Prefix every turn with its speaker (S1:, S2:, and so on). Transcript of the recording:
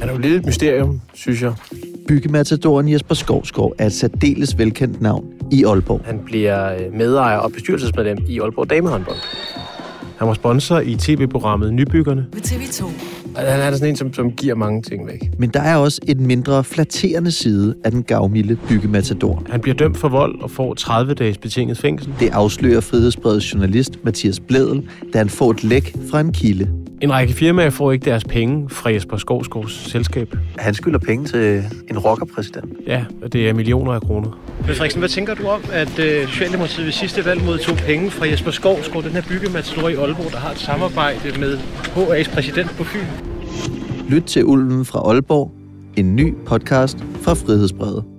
S1: Han er jo lidt et mysterium, synes jeg.
S2: Byggematadoren Jesper Skovskov er et særdeles velkendt navn i Aalborg.
S1: Han bliver øh, medejer og bestyrelsesmedlem i Aalborg Damehåndbold.
S3: Han var sponsor i tv-programmet Nybyggerne.
S4: På TV2.
S1: Og Han er sådan en, som, som giver mange ting væk.
S2: Men der er også en mindre flatterende side af den gavmilde byggematador.
S3: Han bliver dømt for vold og får 30 dages betinget fængsel.
S2: Det afslører frihedsbredets journalist Mathias Blædel, da han får et læk fra en kilde.
S3: En række firmaer får ikke deres penge fra Jesper Skovskovs selskab.
S5: Han skylder penge til en rockerpræsident.
S3: Ja, og det er millioner af kroner.
S6: Pelle Frederiksen, hvad tænker du om, at øh, Socialdemokratiet ved sidste valg modtog penge fra Jesper Skovsgaard, den her byggematador i Aalborg, der har et samarbejde med HA's præsident på Fyn?
S2: Lyt til Ulven fra Aalborg, en ny podcast fra Frihedsbredet.